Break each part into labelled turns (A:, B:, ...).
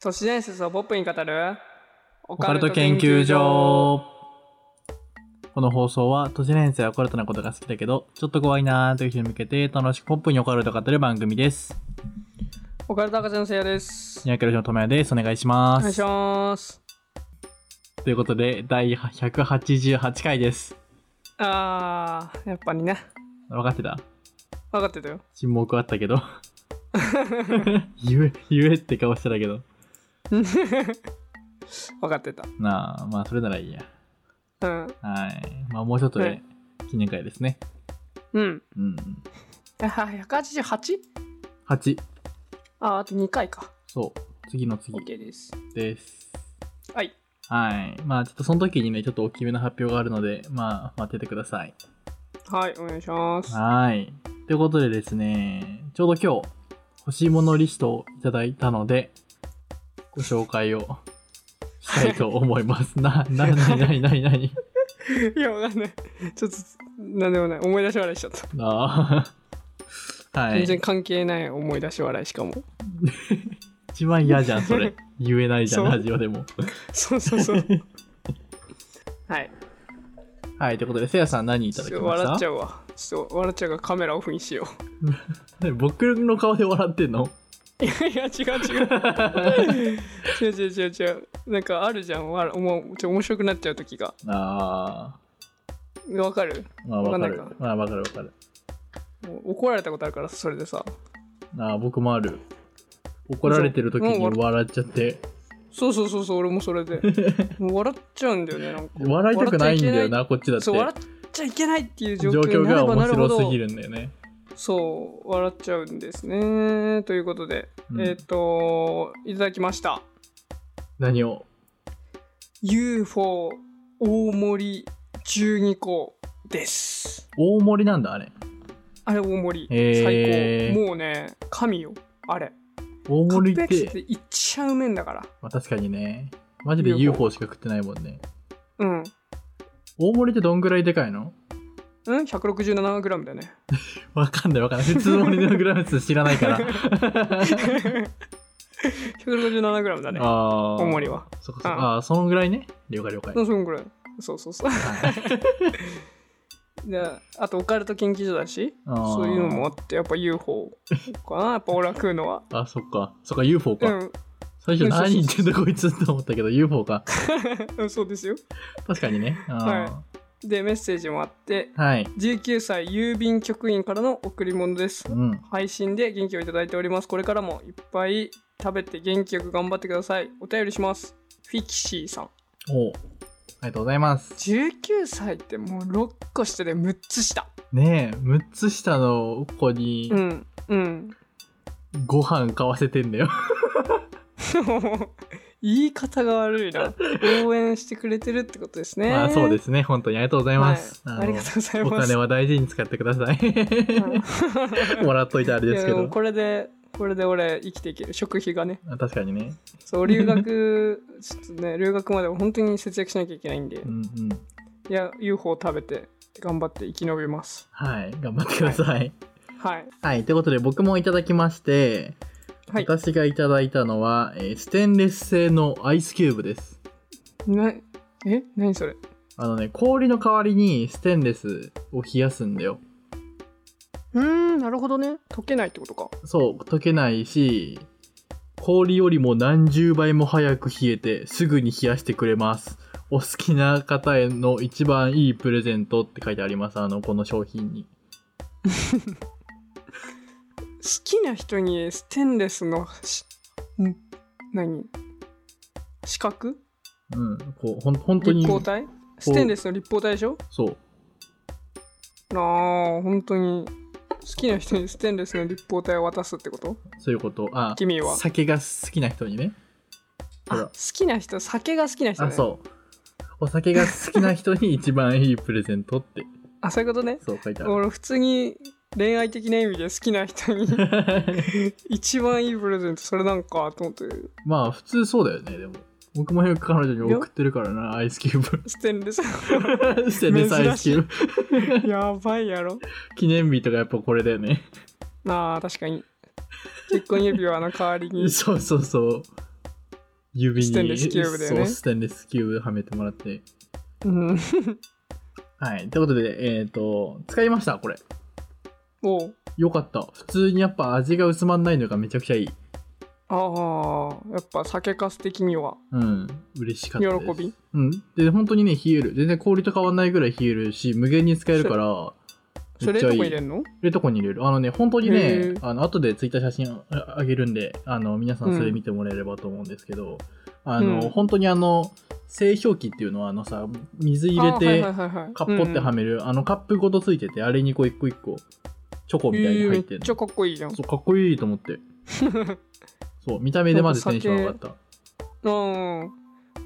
A: 都市伝説をポップに語るオ
B: オカルト研究所この放送は都市伝説やオカルトなことが好きだけどちょっと怖いなーという人に向けて楽しくポップにオカルトを語る番組です
A: オカルト博士のせいやです
B: ニャーキャルシのともやですお願いしま
A: お
B: す
A: 願いします
B: ということで第188回です
A: あーやっぱりね
B: 分かってた
A: 分かってたよ
B: 沈黙あった けど言え言えって顔してたけど
A: 分かってた
B: なあまあそれならいいや
A: うん
B: はいまあもうちょっと
A: は
B: で
A: い
B: 記念会ですね
A: うん
B: うん
A: あ 188?
B: 8
A: あーあと2回か
B: そう次の次
A: OK です
B: です
A: はい
B: はい。まあ、ちょっとその時にね、ちょっと大きめの発表があるので、まあ、待っててください。
A: はいお願いします
B: はい。ということでですね、ちょうど今日、欲しいものリストをいただいたので、ご紹介をしたいと思います。な、な、なになになになに
A: いやわかんないちょっとなんでもない思い出し笑いしちゃった、
B: ああ。は
A: 全然
B: い。
A: 関係ない思い出し笑いしかも
B: 一番嫌じゃん、それ。言えないじゃん、
A: そう
B: ラジオでも。
A: そうそう そうはい
B: はい。ということで、せいやさん何い
A: ち
B: た
A: ょ
B: だ
A: っ
B: き
A: と
B: ま
A: 笑っ
B: し
A: ちゃ
B: た
A: うわちょっと笑っちゃうからカメラオフにしよ
B: ね僕の顔で笑ってんの
A: ういや いや違う違う違う 違う違う違うなんかあるじゃんわらもうちょ面白くなっちゃう時が
B: ああ。
A: わかる
B: まあ、わかる
A: わかんない。
B: まあ、わかるわかる。
A: もう怒られたことあるからそれでさ
B: ああ、僕もある。怒られてる時に笑っちゃって。
A: そうそうそうそう俺もそ れでもう笑っちゃうんだよねなんか
B: 笑いたくないんだ
A: 笑っち
B: よ
A: ゃいけ
B: な、こっちだって。
A: そう笑っちゃいけないっていう状
B: 状
A: 況
B: 況
A: にな
B: が
A: れば
B: 面
A: なるほ
B: 白
A: ど
B: すぎるんだよね。
A: そう笑っちゃうんですねということで、
B: うん
A: えっ、といただきました
B: 何を
A: UFO 大盛り12個です
B: 大盛りなんだ、あれ。
A: あれ大盛り、
B: へー
A: 最高もうね神よあれ
B: 大
A: カ
B: 盛
A: ッ
B: り
A: プ
B: っ
A: 焼きって
B: て、
A: いっちゃうめんだから
B: まあ、確かにね。マジで
A: UFO
B: UFO しか食ってないもんね。
A: うん
B: 大盛りってどんぐらいでかいの
A: うん 167g だよね
B: わかんないわかんない。普通盛りのグラム数知らない から。
A: 167g だね
B: ああ。
A: 大盛りは。
B: そっかそっか。
A: うん
B: ああー、そのぐらいね。了解了解
A: う。んそんぐらいそうそうそうであとオカルト研究所だし
B: あー
A: そういうのもあってやっぱ UFO か なやっぱ俺は食うのは
B: あ、そっか。そっか、UFO
A: う
B: か。
A: ん
B: 最初
A: うんそうそうそう
B: 何言ってんだこいつと思ったけど、UFO か。
A: うんそうですよ
B: 確かにね。あ
A: でメッセージもあって
B: ーはい。
A: 19歳郵便局員からの贈り物です
B: うん。
A: 配信で元気をいただいておりますこれからもいっぱい食べて元気よく頑張ってくださいお便りしますフィキシーさん
B: おうありがとうございます。
A: 19歳ってもう6個下で6つ下
B: ねえ、6つ下の子に
A: うんうん
B: ご飯買わせてんだよ。
A: もう言い方が悪いな応援してくれてるってことですね
B: まあそうですすね。本当にありがとうございます。
A: はい、
B: の
A: ありがとうござい
B: お
A: ます
B: 金は大事に使ってください。
A: うん
B: もらっといてあれですけ
A: いやで
B: ど
A: も。これでこれで俺生きていける食費がね
B: あ確かにね。
A: そう留学ちょっとね留学まで本当に節約しなきゃいけないんで、
B: うんうん。
A: いや UFO を食べて頑張って生き延びます
B: はい。頑張ってください。
A: はい
B: はい。ということで僕もいただきまして、
A: はい
B: 私がいただいたのは、えーステンレス製のアイスキューブです。
A: なえ何それ
B: あのね、氷の代わりにステンレスを冷やすんだよ。
A: うーんなるほどね溶けないってことか
B: そう、溶けないし、氷よりも何十倍も早く冷えて、すぐに冷やしてくれます。お好きな方への一番いいプレゼントって書いてあります。あの、この商品に。
A: 好きな人にステンレスのしん何四角
B: うん、こう、ほん、本当に
A: 立。方体ステンレスの立方体でしょ
B: そう。
A: あー本当に好きな人にステンレスの立方体を渡すってこと
B: そういうこと。あ、
A: 君は
B: 酒が好きな人にね。ほら
A: あ好きな人酒が好きな人、ね、
B: あ、そう。お酒が好きな人に一番いいプレゼントって、
A: あそういうことね
B: そう書いてある。
A: 俺普通に恋愛的な意味で好きな人に一番いいプレゼントそれなんかと思って
B: まあ、普通そうだよね、でも。僕もよく彼女に送ってるからな、アイスキューブ。
A: ステンレス
B: ステンレスアイスキューブ。
A: やばいやろ
B: 記念日とかやっぱこれだよね。
A: あー確かに結婚指輪の代わりに
B: そうそうそう。指に
A: ステンレスキューブだよね
B: そうステンレスキューブはめてもらって
A: うん。
B: はいということでえっ、と使いましたこれ
A: おう
B: よかった普通にやっぱ味が薄まんないのがめちゃくちゃいい
A: ああ、やっぱ酒粕的には。
B: うん嬉しかったです
A: 喜び
B: うんで本当にね冷える全然氷と変わんないぐらい冷えるし無限に使えるから
A: それ
B: めっ
A: ど
B: ち
A: こ
B: ゃいい
A: 入れんの
B: そういうとこに入れる。あのね、本当に
A: へ
B: ね
A: ー、
B: あの後でツイッター写真ああげるんで、あの皆さんそれ見てもらえればと思うんですけど、あの、
A: うん
B: 本当にあの、製氷機っていうのは、あのさ、水入れて、カッポっては
A: め
B: める、あのカップごとついてて、あれにこう一個一個、チョコみたいに入って
A: めっ
B: るの
A: ちゃかっこいいじゃん。
B: そう、かっこいいと思って。そう、見た目でまずテンション上がった。
A: うん。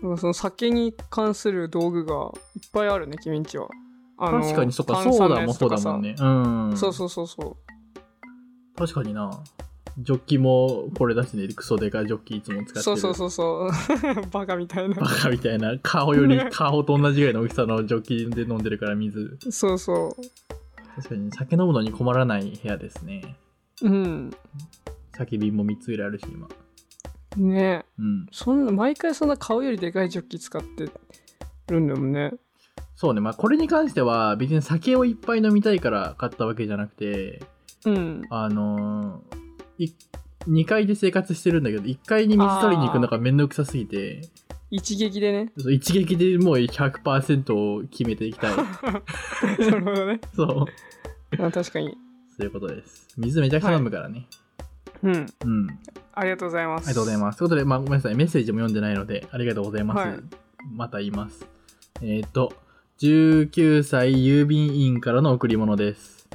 A: なんかその酒に関する道具がいっぱいあるね、君んちは。あの
B: 確かに、そっか、
A: 炭
B: ソ
A: 酸
B: ー
A: の
B: ダ
A: や
B: も
A: つ
B: そ
A: と
B: うだ
A: かさ
B: もんね。うん。
A: そうそうそうそう。
B: 確かにな。ジョッキもこれだしね、クソデカジョッキいつも使ってる。
A: そうそうそうそう。 バカみたいな
B: バ。カみたいな顔より顔と同じぐらいの大きさのジョッキで飲んでるから水
A: そうそ
B: 確かに酒飲むのに困らない部屋ですね
A: う。うん。
B: 酒瓶も3つぐらいあるし今
A: ねえ。
B: うん
A: そんな、毎回そんな顔よりでかいジョッキ使ってるんだもんね。
B: そうねまあこれに関しては別に酒をいっぱい飲みたいから買ったわけじゃなくて
A: うん。
B: あのーい2階で生活してるんだけど1階に水取りに行くのがめんどくさすぎて
A: 一撃で ね。
B: そう一撃でもう100%を決めていきたい
A: なるほどね。
B: そ う
A: あ確かに。
B: そういうことです水めちゃくちゃ飲むからね、
A: うん。
B: うん
A: ありがとうございま
B: あ
A: す。
B: りがとうございます。ということで、まあ、ごめんなさい、メッセージも読んでないので、ありがとうございます。
A: はい
B: また言います。えっ、と、19歳郵便員からの贈り物です。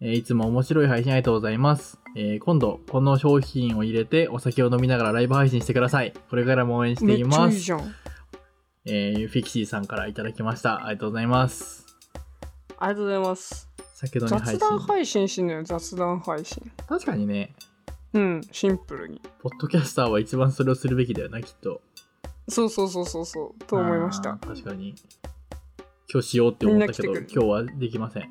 B: えーいつも面白い配信ありがとうございます。えー今度、この商品を入れて、お酒を飲みながらライブ配信してください。これからも応援してい
A: めっちゃ
B: ま
A: いい
B: す。
A: じゃん。
B: えーフィキシーさんからいただきました。ありがとうございます。
A: ありがとうございます。
B: 先ほどに配
A: 雑談
B: 信。
A: 配信してんのよ、雑談配信。
B: 確かにね、
A: うん、シンプルに。
B: ポッドキャスターは一番それをするべきだよな、きっと。
A: そうそうそうそうそう、と思いまし
B: あ
A: た
B: ー。確かに今日しようって思ったけど
A: みんな
B: 今
A: 来て
B: 日はできません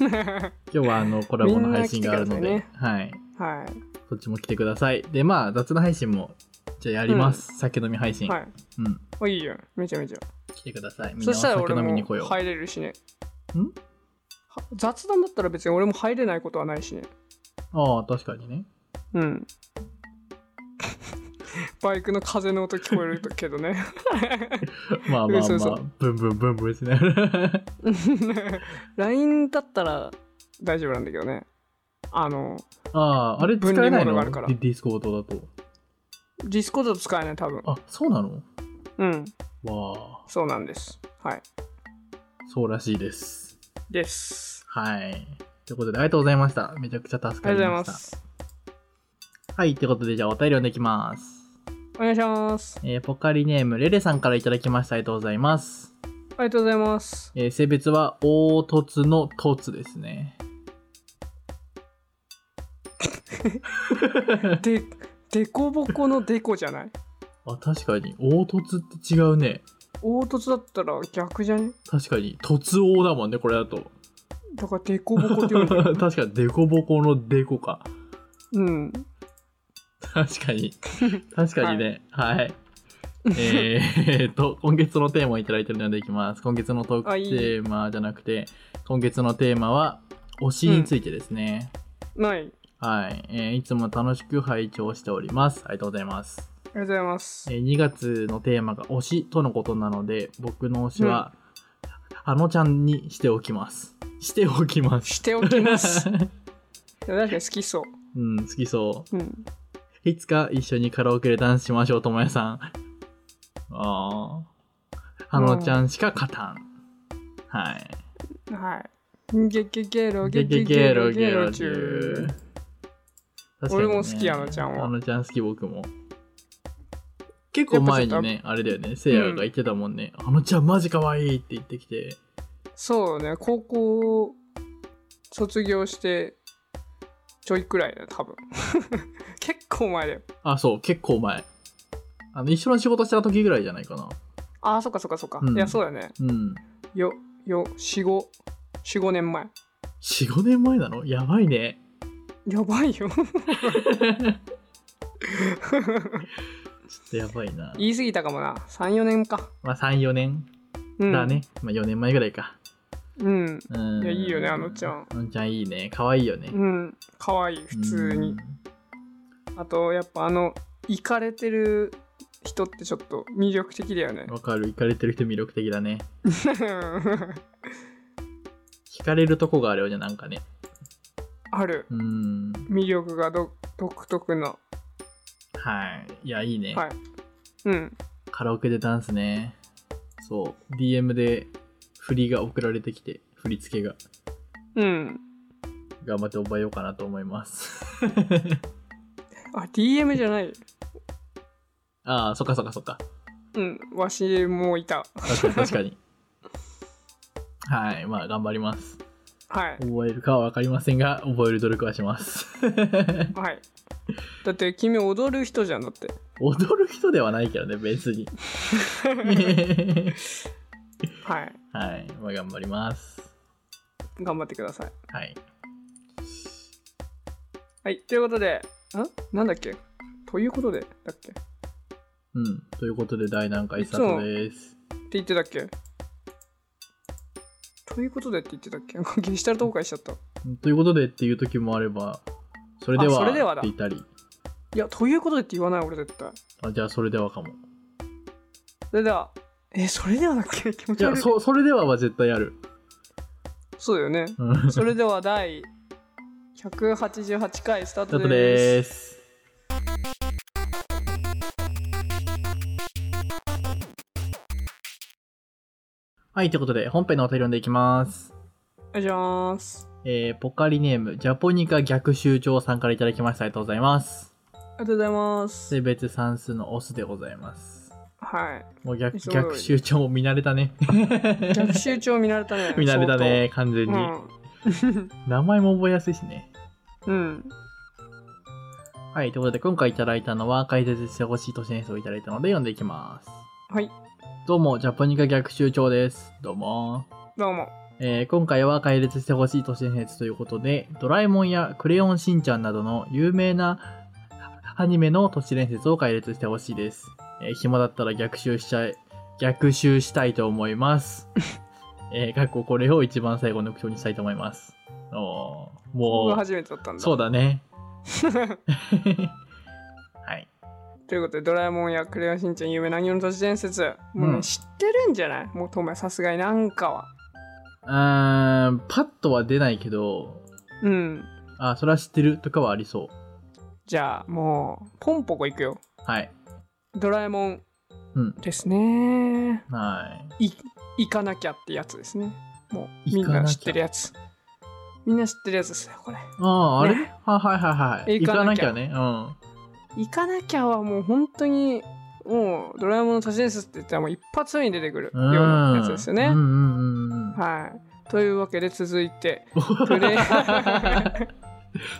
B: 今日はあのコラボの配信があるので、
A: みんな来て
B: はい
A: は
B: そっちも来てくださいでまあ雑な配信もじゃあやります、酒飲み配
A: い。
B: 信、
A: はい。
B: うん
A: おいいじゃん。めちゃめちゃ。
B: 来てくださいみんな
A: そ
B: お
A: したら
B: 酒
A: 俺
B: 飲みに来
A: も
B: よう
A: 入れるしね。
B: ん
A: は雑談だったら別に俺も入れないことはないしね。
B: ああ確かにね
A: うん。バイクの風の音聞こえるけど ね。
B: まあまあま
A: 嘘
B: あ
A: 嘘
B: ブンブンブンブンしながら
A: LINE だったら大丈夫なんだけどね。あの、
B: あ ああれ使えない
A: 分離モード
B: の
A: があ
B: デ
A: るから
B: ィディスコードだと
A: ディスコード使えない、多分。
B: あそうなの
A: うん、
B: わあ
A: そうなんです。はい。
B: そうらしいです
A: です。
B: はいということでありがとうございましためちゃくちゃ助
A: あ
B: か
A: り
B: り
A: がとう
B: ま
A: ご
B: し
A: ざい
B: た
A: ます。
B: はい、ってことで、じゃあお便り読んでいきます。
A: お願いします。
B: えーポカリネーム、レレさんからいただきました。ありがとうございます。
A: ありがとうございます。
B: えー性別は、凹凸の凸ですね。
A: で、でこぼこのでこじゃない
B: あ、確かに、凹凸って違うね。
A: 凹凸だったら逆じゃね
B: 確かに、凸凹だもんね、これだと。
A: だからでこぼこって言われ てる。
B: 確かに、デコボコのデコか。
A: うん。
B: 確 かに。確かにね。はい。えーと、今月のテーマをいただいてるのでいきます。今月のトーク
A: あ
B: テ
A: いい
B: ーマじゃなくて、今月のテーマは、推しについてですね。
A: ない。あり
B: はい、えーいつも楽しく拝聴しております。ありがとうございます。
A: がとうございます
B: え。ー2月のテーマが推しとのことなので、僕の推しは、あのちゃんにしておきます。しておきます。
A: しておきます。でも確かに好きそ。
B: うん、好きそう
A: うん。
B: う。いつか一緒にカラオケでダンスしましょう、ともやさん。ああ。あのちゃんしか勝たん。はい。
A: はい。ゲゲゲロゲゲ
B: ゲゲゲ
A: ゲロ
B: ロゲ
A: ゲ
B: ロ
A: ロ
B: ジ
A: チ
B: ュ
A: ュー。。
B: ー確かにね
A: 俺も好きあのちゃんは
B: あのちゃん好き僕も。結構前にね、あれだよね、せいやが言ってたもんね、あのちゃんマジ可愛いって言ってきて、
A: そうね、高校卒業してちょいくらいだよ、多分。 結構前だよ。
B: あ、そう、結構前。あの、一緒の仕事した時ぐらいじゃないかな。
A: ああ、そっかそっかそっか。
B: うん
A: いや、そうだよね。
B: うん。
A: よ、よ、四五、四五年前。
B: 4、5年前なのやばいね。
A: やばいよ。
B: ちょっとやばいな。
A: 言い過ぎたかもな34年か
B: まあ3、4年
A: うん
B: だね。まあ4年前ぐらいか。
A: うん
B: うん。
A: いやいいよねあのちゃん
B: あのちゃんいいね。可愛いよね。
A: うん可愛い普通にあとやっぱあのイカれてる人ってちょっと魅力的だよね
B: うん。わかる。惹かれてる人魅力的だね。
A: うん
B: 惹かれるとこがあるよね、なんかね。
A: ある
B: うん。
A: 魅力がど独特な
B: はい。いや、いいね。
A: はいうん
B: カラオケでダンスね。そう。DM で振りが送られてきて、振り付けが。
A: うん
B: 頑張って覚えようかなと思います。
A: あ DM じゃない
B: ああ、そっかそっかそっか。
A: うんわしもいた
B: 確かに確かに。はい。まあ、頑張ります。
A: はい
B: 覚えるかは分かりませんが、覚える努力はします。
A: はいだって君踊る人じゃんだって
B: 踊る人ではないけどね、別に。
A: はい
B: はい。まあ、頑張ります。
A: 頑張ってください
B: はい。
A: はいということでんなんだっけということでだっけっ
B: うん。ということで、第何回スタートです。
A: て言ってたっけということでって言ってたっけ なんかゲシュタルト崩壊しちゃった
B: ということでっていう時もあれば、それで
A: あそれでは
B: はっ
A: だ
B: て言ったり、
A: いやということでって言わない俺絶対
B: あじゃあそれではかも。
A: それではえそれではだっけ気持
B: い
A: ち
B: や、
A: 悪い
B: そそれではは絶対やる。
A: そうだよね
B: うん。 ス
A: それでは第188回スター
B: タ
A: ト
B: ー
A: です
B: トです。はい、ということで、本編のお便り読んでいきます。
A: お願いします
B: えーポカリネーム、ジャポニカ逆襲長さんからいただきました。ありがとうございます。
A: ありがとうございます
B: 性別算数のオスでございます。
A: は
B: もう逆
A: すごい
B: 逆襲長も見慣れたね。
A: い逆襲長見慣れたね
B: 見慣れたね、完全
A: 相
B: に。
A: 当
B: 名前も覚えやすいしね。
A: うん、うん、
B: はい、ということで今回いただいたのは解説してほしい都市伝説をいただいたので読んでいきます。
A: はい
B: どうも、ジャポニカ逆襲長です。どうも。
A: どうも
B: えー今回は解説してほしい都市伝説ということで、ドラえもんやクレヨンしんちゃんなどの有名なアニメの都市伝説を解説してほしいです。えー暇だったら逆襲しちゃい、逆襲したいと思 います。えー、かっここれを一番最後の目標にしたいと思います。おー
A: 僕が
B: もう、
A: 初めてだったんだ
B: そう だね。はい。
A: ということでドラえもんやクレヨンしんちゃん有名な鬼の都市伝説もうね、
B: うん
A: 知ってるんじゃないもうともさすがになんかは
B: うーん、パッとは出ないけど、
A: うん
B: あ、それは知ってるとかはありそ
A: じゃあもうポンポコいくよ
B: う。はい。
A: ドラえもん
B: うん。
A: ですね
B: はい
A: 行かなきゃってやつですねもうみ
B: 行
A: ん
B: かなきゃ
A: な知ってるやつみんな知ってるやつですよこれ
B: い。ああ、あれ、
A: ね
B: はいはいはいはい。
A: 行
B: 行か
A: か
B: な
A: な
B: き
A: き
B: ゃ
A: ゃ
B: ね。うん。
A: 行かなきゃはもう本当にもうドラえもんの都市伝説って言ったらもう一発目に出てくるようなやつですよね、
B: うんうんうんうん。
A: はいというわけで続いてプレイ
B: すいま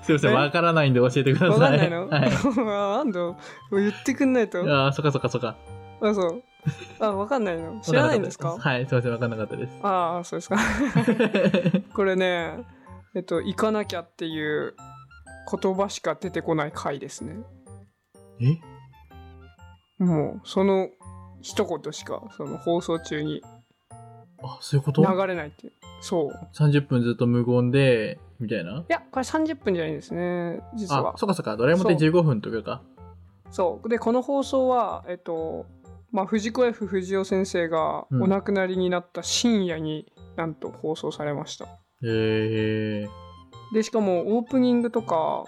B: せん、
A: ね
B: わからないんで教えてください。
A: わかんないの、
B: はい。
A: あなんだもう言ってくんないと
B: ああ、そっかそっかそっか。
A: あそうあわかんないの知らないんですか
B: わかんなかったですはい、すいません、わかんなかったです。
A: ああそうですか これねえっと行かなきゃっていう言葉しか出てこない回ですね
B: え
A: もうその一言しかその放送中に
B: あ、そういうこと
A: 流れないっていうそう
B: ?30 分ずっと無言で、みたいない
A: やこれ30分じゃないんですね実
B: あ
A: は、
B: そっかそっか、ドラえもんって
A: そ
B: 15分とかか。
A: そうでこの放送はえっとまあ藤子 F 不二雄先生が
B: うん
A: お亡くなりになった深夜になんと放送されました、
B: へえ。
A: でしかもオープニングとか、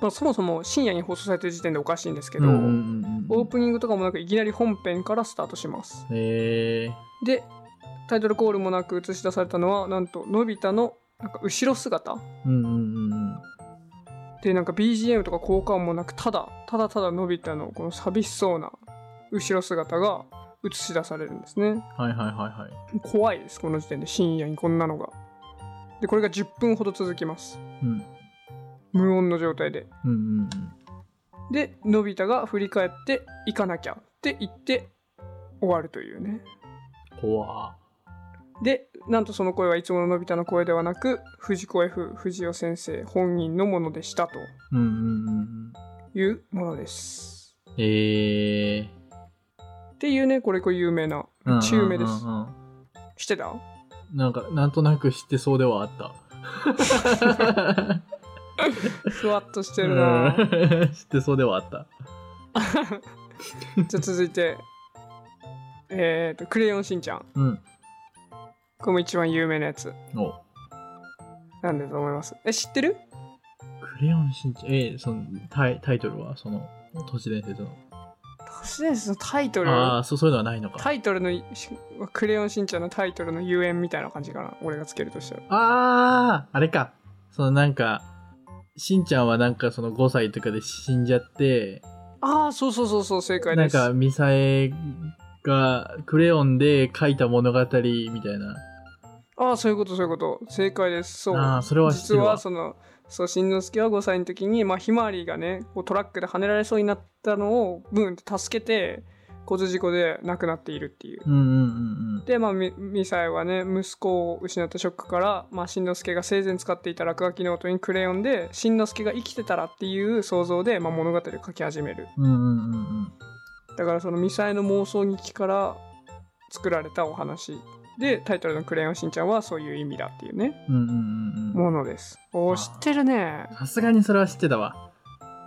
A: まあ、そもそも深夜に放送されてる時点でおかしいんですけど、
B: うんうんうんうん
A: オープニングとかもなくいきなり本編からスタートします
B: へえ。
A: でタイトルコールもなく映し出されたのはなんとのび太のなんか後ろ姿
B: うんうんうんうん。
A: でなんか BGM とか効果音もなくただただただのび太のこの寂しそうな後ろ姿が映し出されるんですね
B: はいはいはいはい。
A: 怖いですこの時点で深夜にこんなのがでこれが10分ほど続きます
B: うん。
A: 無音の状態で
B: うんうんうん。
A: でのび太が振り返って行かなきゃって言って終わるというね
B: 怖
A: でなんとその声はいつもののび太の声ではなく藤子 F 不二雄先生本人のものでしたと
B: うんうんうんうん。
A: いうものです
B: えー
A: っていうねこれこれ有名な
B: うんうんうんうん。
A: 中目です知ってた
B: なんか、なんとなく知ってそうではあった。
A: ふわっとしてるな
B: うん 知ってそうではあった。
A: じゃあ続いてえーと「クレヨンしんちゃん
B: うん。」
A: これも一番有名なやつ
B: お
A: なんだと思いますえ知ってる
B: クレヨンしんちゃん。えーそのタイタイトルはその、都市伝説の。
A: 都市伝説のタイトル
B: ああ、そうそういうのはないのか。
A: タイトルのし「クレヨンしんちゃん」のタイトルのゆえんみたいな感じかな俺がつけるとしたら
B: ああ、あれか。そのなんか、しんちゃんはなんかその5歳とかで死んじゃって、
A: ああそうそうそうそう正解
B: な
A: で
B: ん
A: す
B: かミサエがクレヨンで書いた物語みたいな。
A: ああそういうことそういうこと正解ですそう
B: ああ、それは知って
A: 実
B: るわ。
A: はそのそうしんのすけは5歳の時に、まあ、ひまわりがねこうトラックで跳ねられそうになったのをブーンって助けて交通事故で亡くなっているっていう
B: うんうんうんうん。
A: でまあみミサイはね息子を失ったショックから、まあ、しんのすけが生前使っていた落書きノートにクレヨンでしんのすけが生きてたらっていう想像で、まあ、物語を書き始める
B: うんうんうんうん。
A: だからそのミサイの妄想劇から作られたお話でタイトルの「クレヨンしんちゃん」はそういう意味だっていうね
B: うんうんうんうん。
A: ものですおー
B: あー
A: 知ってるね
B: さすがにそれは知ってたわ。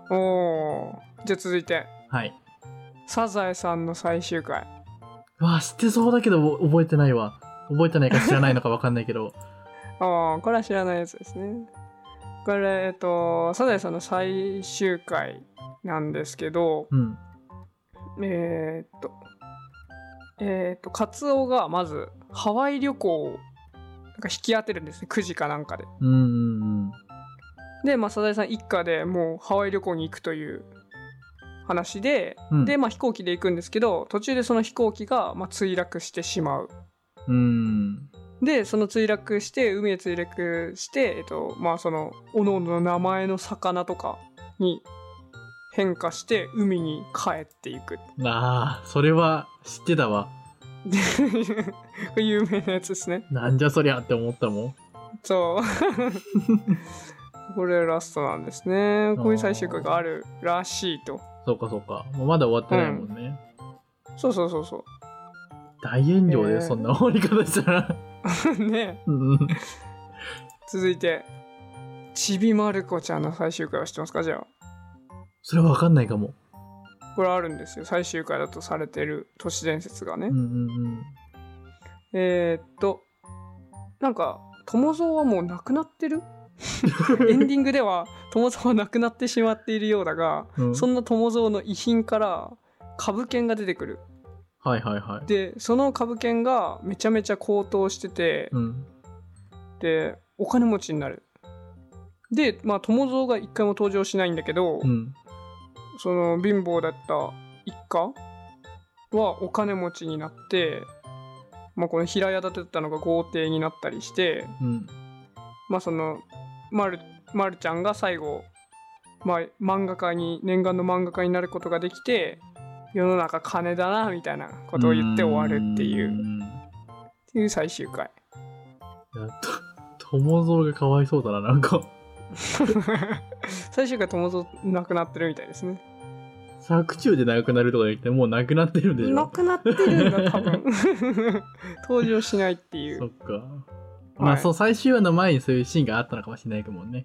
A: おーじゃあ続いて
B: はい。
A: 「サザエさん」の最終回
B: うわあ、知ってそうだけどお覚えてないわ。覚えてないか知らないのかわかんないけど。
A: ああこれは知らないやつですねこれえっと「サザエさん」の最終回なんですけど
B: うん。
A: えーっとえーっとカツオがまずハワイ旅行をなんか引き当てるんですね9時かなんかで
B: うんうんうん。
A: で、まあ、サザエさん一家でもうハワイ旅行に行くという話で、
B: うん
A: で、まあ、飛行機で行くんですけど途中でその飛行機が、まあ、墜落してしまう
B: うん。
A: でその墜落して海へ墜落してえっとまあそのおのの名前の魚とかに変化して海に帰っていく
B: ああ、それは知ってたわ。
A: でこれ有名なやつですね
B: なんじゃそりゃって思ったもん。
A: そう これラストなんですねこういう最終回があるらしいと
B: そうかそうか。もうまだ終わってないもんね。
A: そうそうそうそ
B: 大炎上で、
A: えー
B: そんな終わり方したら。
A: う ね
B: うんうん
A: 続いてちびまる子ちゃんの最終回は知ってますかじゃ
B: それはわかんないかも。
A: あこれあるんですよ最終回だとされてる都市伝説がね、
B: うんうん
A: えー、っとなんか友蔵はもう亡くなってる
B: うん。
A: エンディングでは友蔵は亡くなってしまっているようだが、
B: うん
A: そんな友蔵の遺品から株券が出てくる
B: はいはいはい。
A: でその株券がめちゃめちゃ高騰してて、
B: うん。
A: でお金持ちになるでまあ友蔵が一回も登場しないんだけど、
B: うん。
A: その貧乏だった一家はお金持ちになって、まあ、この平屋建てだったのが豪邸になったりして、
B: うん。
A: まあそのまるまるちゃんが最後、まあ、漫画家に念願の漫画家になることができて世の中金だなみたいなことを言って終わるっていうっ
B: ん
A: ていう最終回
B: やっと、 友蔵がかわいそうだな、なんか。
A: 最終回友蔵なくなってるみたいですね
B: 作中でなくなるとか言って、もうなくなってるんでしょ。
A: なくなってるん だ多分登場しないってい
B: そうっか。まあ、そう、最終話の前にそういうシーンがあったのかもしれないけどもね。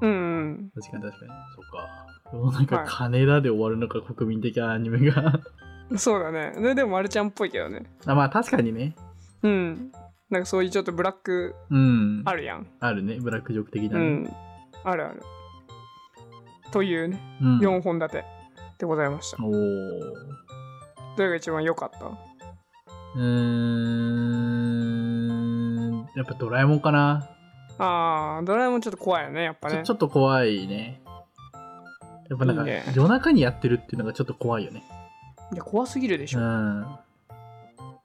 A: うんうん
B: 確かに確かに。そうか。世の中
A: はい
B: 金だで終わるのか、国民的アニメが。
A: そうだねででもまるちゃんっぽいけどね
B: あまあ、確かにね。
A: うんなんかそういうちょっとブラック
B: うん。
A: あ
B: る
A: るやん
B: あるね。ブラックジョーク的
A: う
B: なね。
A: んあるあるというね
B: うん
A: 4本立てでございました。
B: おー
A: どれが一番良かった
B: うーん。やっぱドラえもんかな。
A: あー、ドラえもんちょっと怖いよね、やっぱ
B: ちょ
A: ね
B: ち。ょっと怖いね。やっぱなんか
A: いいね
B: 夜中にやってるっていうのがちょっと怖いよね。
A: いや、怖すぎるでし
B: う
A: ょ。
B: ん。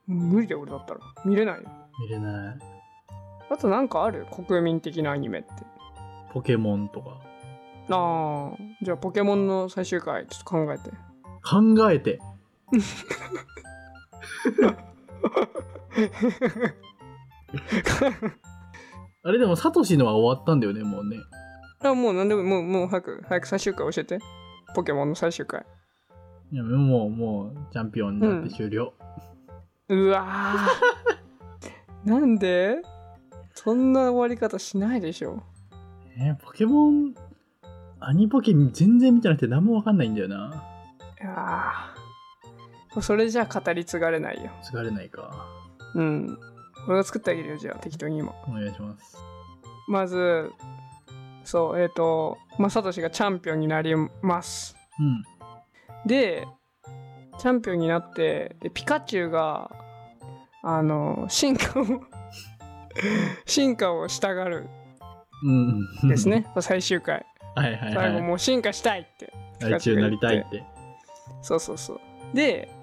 A: 無理だよ、俺だったら。見れないよ。
B: 見れない。
A: あとなんかある国民的なアニメって。
B: ポケモンとか。
A: あー、じゃあポケモンの最終回、ちょっと考えて。
B: 考え て。あれでもサトシのは終わったんだよね、もうね。
A: あもう何でも、もう、もう早く、早く最終回教えて。ポケモンの最終回。
B: いやもうもうチャンピオンになって終了、
A: うわ ーなんでそんな終わり方しないでしょ
B: えーポケモンアニポケ全然見てなくて何もわかんないんだよない
A: やーそれじゃ語り継がれないよ
B: 疲れないか
A: うん俺が作ってあげるよじゃあ適当に今
B: お願いします
A: まずそうえっ、とまあサトシがチャンピオンになります
B: うん
A: でチャンピオンになってでピカチュウがあの進化を 進化をしたがる
B: うん
A: んですね最終回
B: はいは
A: 最
B: い
A: 後
B: はい
A: もう進化したいって
B: 大中になりたいって
A: そうそうそうで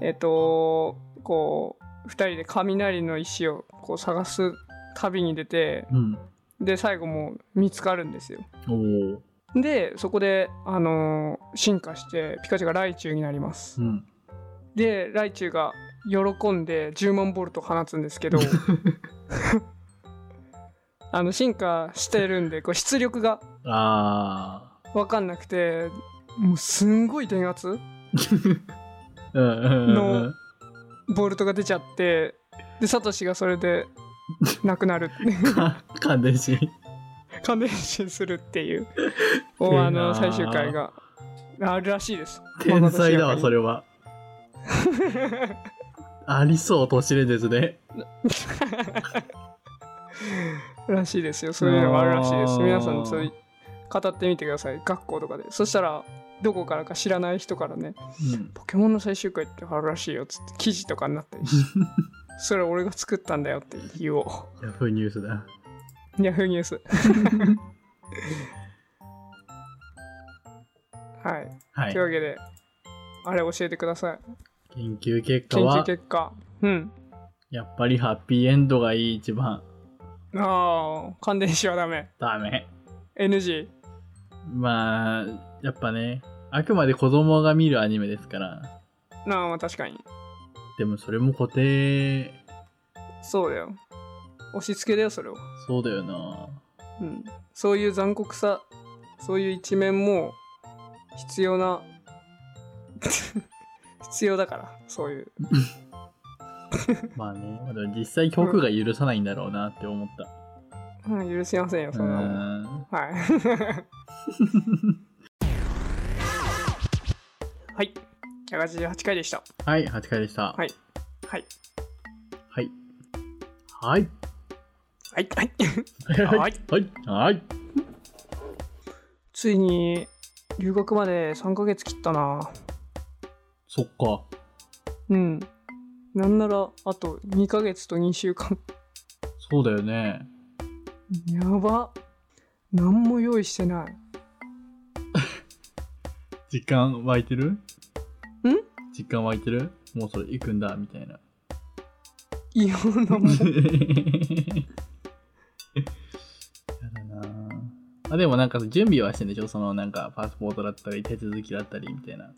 A: えっ、とこう2人で雷の石をこう探す旅に出て
B: うん
A: で最後もう見つかるんですよ
B: おお
A: でそこで、あのー進化してピカチュウがライチュウになります
B: うん
A: でライチュウが喜んで10万ボルト放つんですけ どあの進化してるんでこう出力が
B: あ
A: 分かんなくてもうすんごい電圧
B: ーうんうんうんう
A: の
B: ん
A: ボルトが出ちゃってでサトシがそれでなくな る
B: か感電し
A: 感電死するって いう
B: えな
A: おあの最終回があるらしいです
B: 天才だわそ
A: れ
B: れはありそう都市伝説ね
A: らしいですよそういうのがあるらしいで
B: あ
A: す
B: ー
A: 皆さんそういう語ってみてください学校とかでそしたらどこからか知らない人からね「ポケモンの最終回ってあるらしいよ」っつって記事とかになったりして それ俺が作ったんだよって言おう
B: ヤフーニュースだ
A: ヤフーニュース はい
B: はい
A: というわけで、あれ教えてください。
B: 研究結果
A: 研究
B: は
A: 結果。うん。
B: やっぱりハッピーエンドがいい一番
A: ああ、感電子はダメ。
B: ダメ
A: NG。
B: まあやっぱねあくまで子供が見るアニメですから
A: なあ、まあ確かに。
B: でもそれも固定
A: そうだよ。押し付けだよ、それを。
B: そうだよな
A: うん。そういう残酷さ、そういう一面も、必要な、 必要だから、そういう。
B: まあねでも実際曲が許さないんだろうなって思った
A: うん、許せませんよ、
B: う
A: そんなも ん。
B: ーん
A: はい。はい。188回でした。
B: はい8回でした
A: はいはい。
B: はいは
A: は
B: い
A: い。はい。
B: は
A: はい
B: はいはい
A: ついに留学まで3ヶ月切ったな
B: そっか
A: うんなんならあと2ヶ月と2週間
B: そうだよね
A: やば何も用意してない
B: 実感湧いてるん実感湧いてるもうそれ行くんだみたいな
A: いろんなも
B: や
A: ん
B: だなあでもなんか準備はしてんでしょそのなんかパスポートだったり手続きだったりみたいな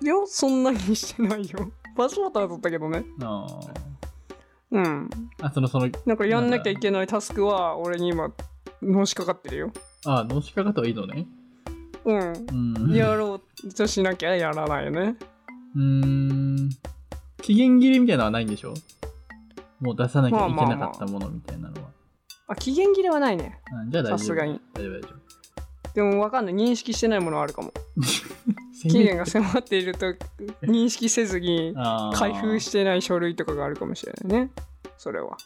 B: い
A: やそんなにしてないよ パスポートは取ったけどね
B: あ
A: うん
B: ーあそのその
A: なんかやんなきゃいけないタスクは俺に今のしかかってるよ
B: あ脳死かかったはいいのね
A: うん
B: うん
A: やろうとしなきゃやらないよね
B: うーん期限切れみたいなのはないんでしょもう出さなきゃいけなかったものみたいなのは、
A: あ期限切れはないね
B: うんじゃあ大丈夫
A: さすがに
B: 大丈夫大丈夫
A: でも分かんない認識してないものはあるかも期
B: 期
A: 限が迫っていると認識せずに開封してない書類とかがあるかもしれないねそれは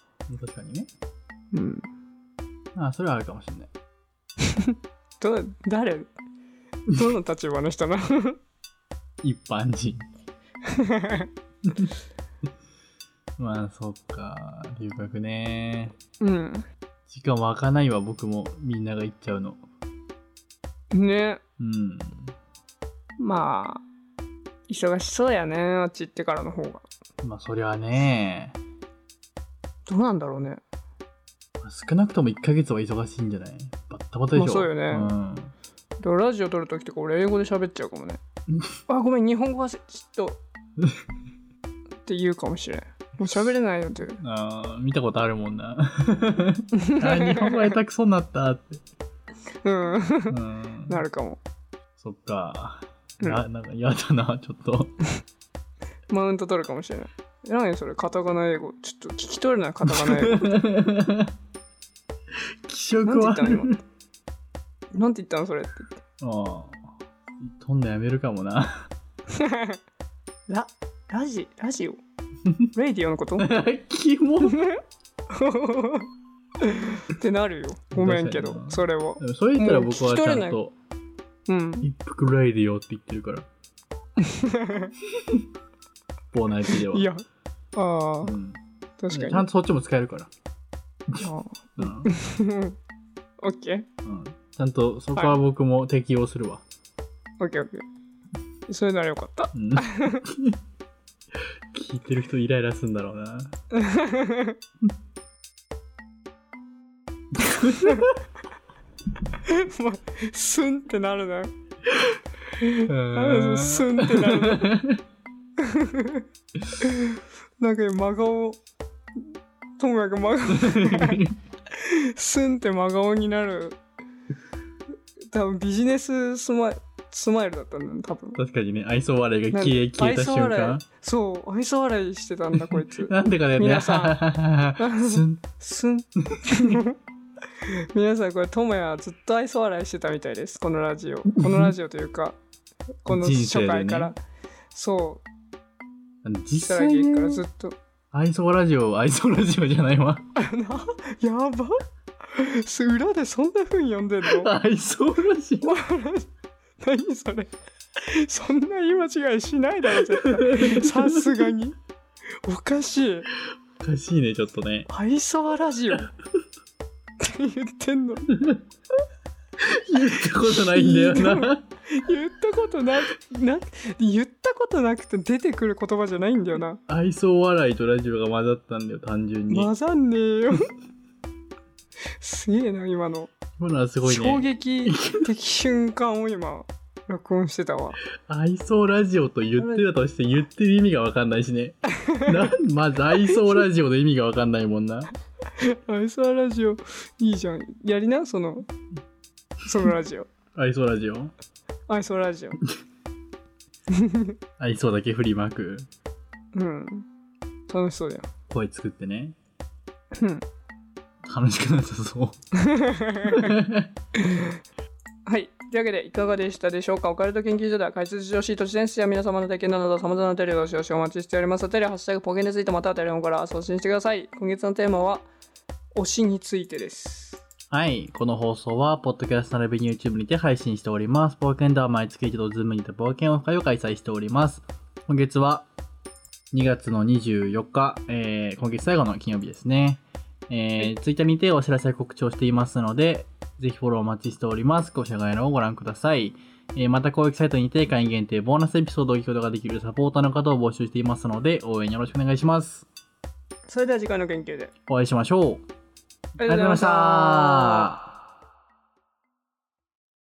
B: 確かにね
A: うん
B: ああそれはあるかもしれない
A: ど誰どの立場の人なの
B: 一般人まあそっか留学ね
A: うん
B: 時間湧かないわ僕もみんなが行っちゃうの
A: ね
B: うん
A: まあ忙しそうやねあっち行ってからの方が
B: まあそりゃあね、
A: どうなんだろうね
B: まあ少なくとも1ヶ月は忙しいんじゃないバッタバタでしょ、
A: まあそうよね
B: ん
A: でもラジオ撮るときとか俺英語で喋っちゃうかもね
B: うん
A: あごめん日本語はちょっとって言うかもしれんもう喋れないよって
B: あー見たことあるもんな あ日本語は下手くそになったって、
A: うん
B: うん、
A: なるかも
B: そっか
A: うん
B: やなんか嫌だなちょっと
A: マウント取るかもしれない。え何それ、カタカナ英語。ちょっと聞き取れない、カタカナ 英語。
B: 気
A: な
B: 色
A: んて言っ
B: 悪
A: たの、今
B: い。
A: なんて言ったの、それって
B: ああ飛んだやめるかもな
A: 言って。ラ、ラジ、ラジオ レイディオの こと
B: キモ
A: ってなるよ。ごめんけ
B: 確かに
A: ど、
B: な
A: それは。
B: でもそれ言ったら僕はちゃんと
A: うん。
B: 一服ライディオって言って るからボーナイピではい
A: や、ああ
B: う、ん
A: 確か
B: ちゃん
A: に。
B: とそっちも使えるから、
A: あ
B: うん
A: ー オッケー
B: うん、ちゃんとそこは僕も適用するわ、
A: オッケーオッケー。それならよかった。
B: うん聞いてる人イライラするんだろうな
A: もうスンってなるな。
B: う
A: スンってなるな。なんか今真顔。ともかく真顔。 スンって真顔になる。多分ビジネススマイスマイルだったんだよね、多分。
B: 確かにね愛想笑いが消え消えた瞬
A: 愛想笑
B: 間
A: いそう、愛想笑いしてたんだ、こい つ。
B: なんでかだよね
A: 皆さん
B: すん
A: す ん皆さんこれともやずっと愛想笑いしてたみたいですこのラ ジオこのラジオというかこの
B: 人生で
A: 初
B: ね
A: 回から、そう
B: 実
A: 草
B: 際
A: 薙から
B: ね
A: ずっと
B: 愛想ラジオ愛想ラジオじゃない わ
A: なやばす裏でそんなふうに呼んでん の
B: 愛想ラジオ
A: 何それそんな言い間違いしないだろ絶 対さすがにおかしい
B: おかしいねちょっとね
A: 愛想ラジオって言ってんの
B: 言ったことないんだよな
A: 言ったことなな言ったことなくて出てくる言葉じゃないんだよな
B: 愛想笑いとラジオが混ざったんだよ単純に
A: 混ざんねえよすげえな今の、
B: 今のはすごい
A: 衝
B: ね
A: 撃的瞬間を今録音してたわ
B: 愛想ラジオと言ってたとして言ってる意味がわかんないし ねなんまず愛想ラジオの意味がわかんないもんな
A: 愛想ラジオいいじゃんやりなそのそのラジオ
B: 愛想ラジオ
A: 愛想ラジオ
B: 愛想だけ振りまく
A: うん楽しそうだよ
B: 声作ってね
A: うん
B: 楽しくなさ そう
A: はい。というわけで、いかがでしたでしょうかオカルト研究所では、解説女子、都市伝説や皆様の体験など、様々なテレビを少々お待ちしております。テレハッシュタグポケについてまたはテレフォンから送信してください。今月のテーマは、推しについてです。
B: はい。この放送は、ポッドキャスト並びに YouTube にて配信しております。冒険では毎月一度、ズームにて冒険オフ会を開催しております。今月は、2月の24日、えー今月最後の金曜日ですね。えー、Twitter にてお知らせや告知をしていますので、ぜひフォローお待ちしております。ご社外のをご覧ください。えーまた公益サイトにて会員限定ボーナスエピソードを聞くことができるサポーターの方を募集していますので、応援よろしくお願いします。
A: それでは次回の研究で。
B: お会いしましょう。
A: あ
B: ありがとうございました。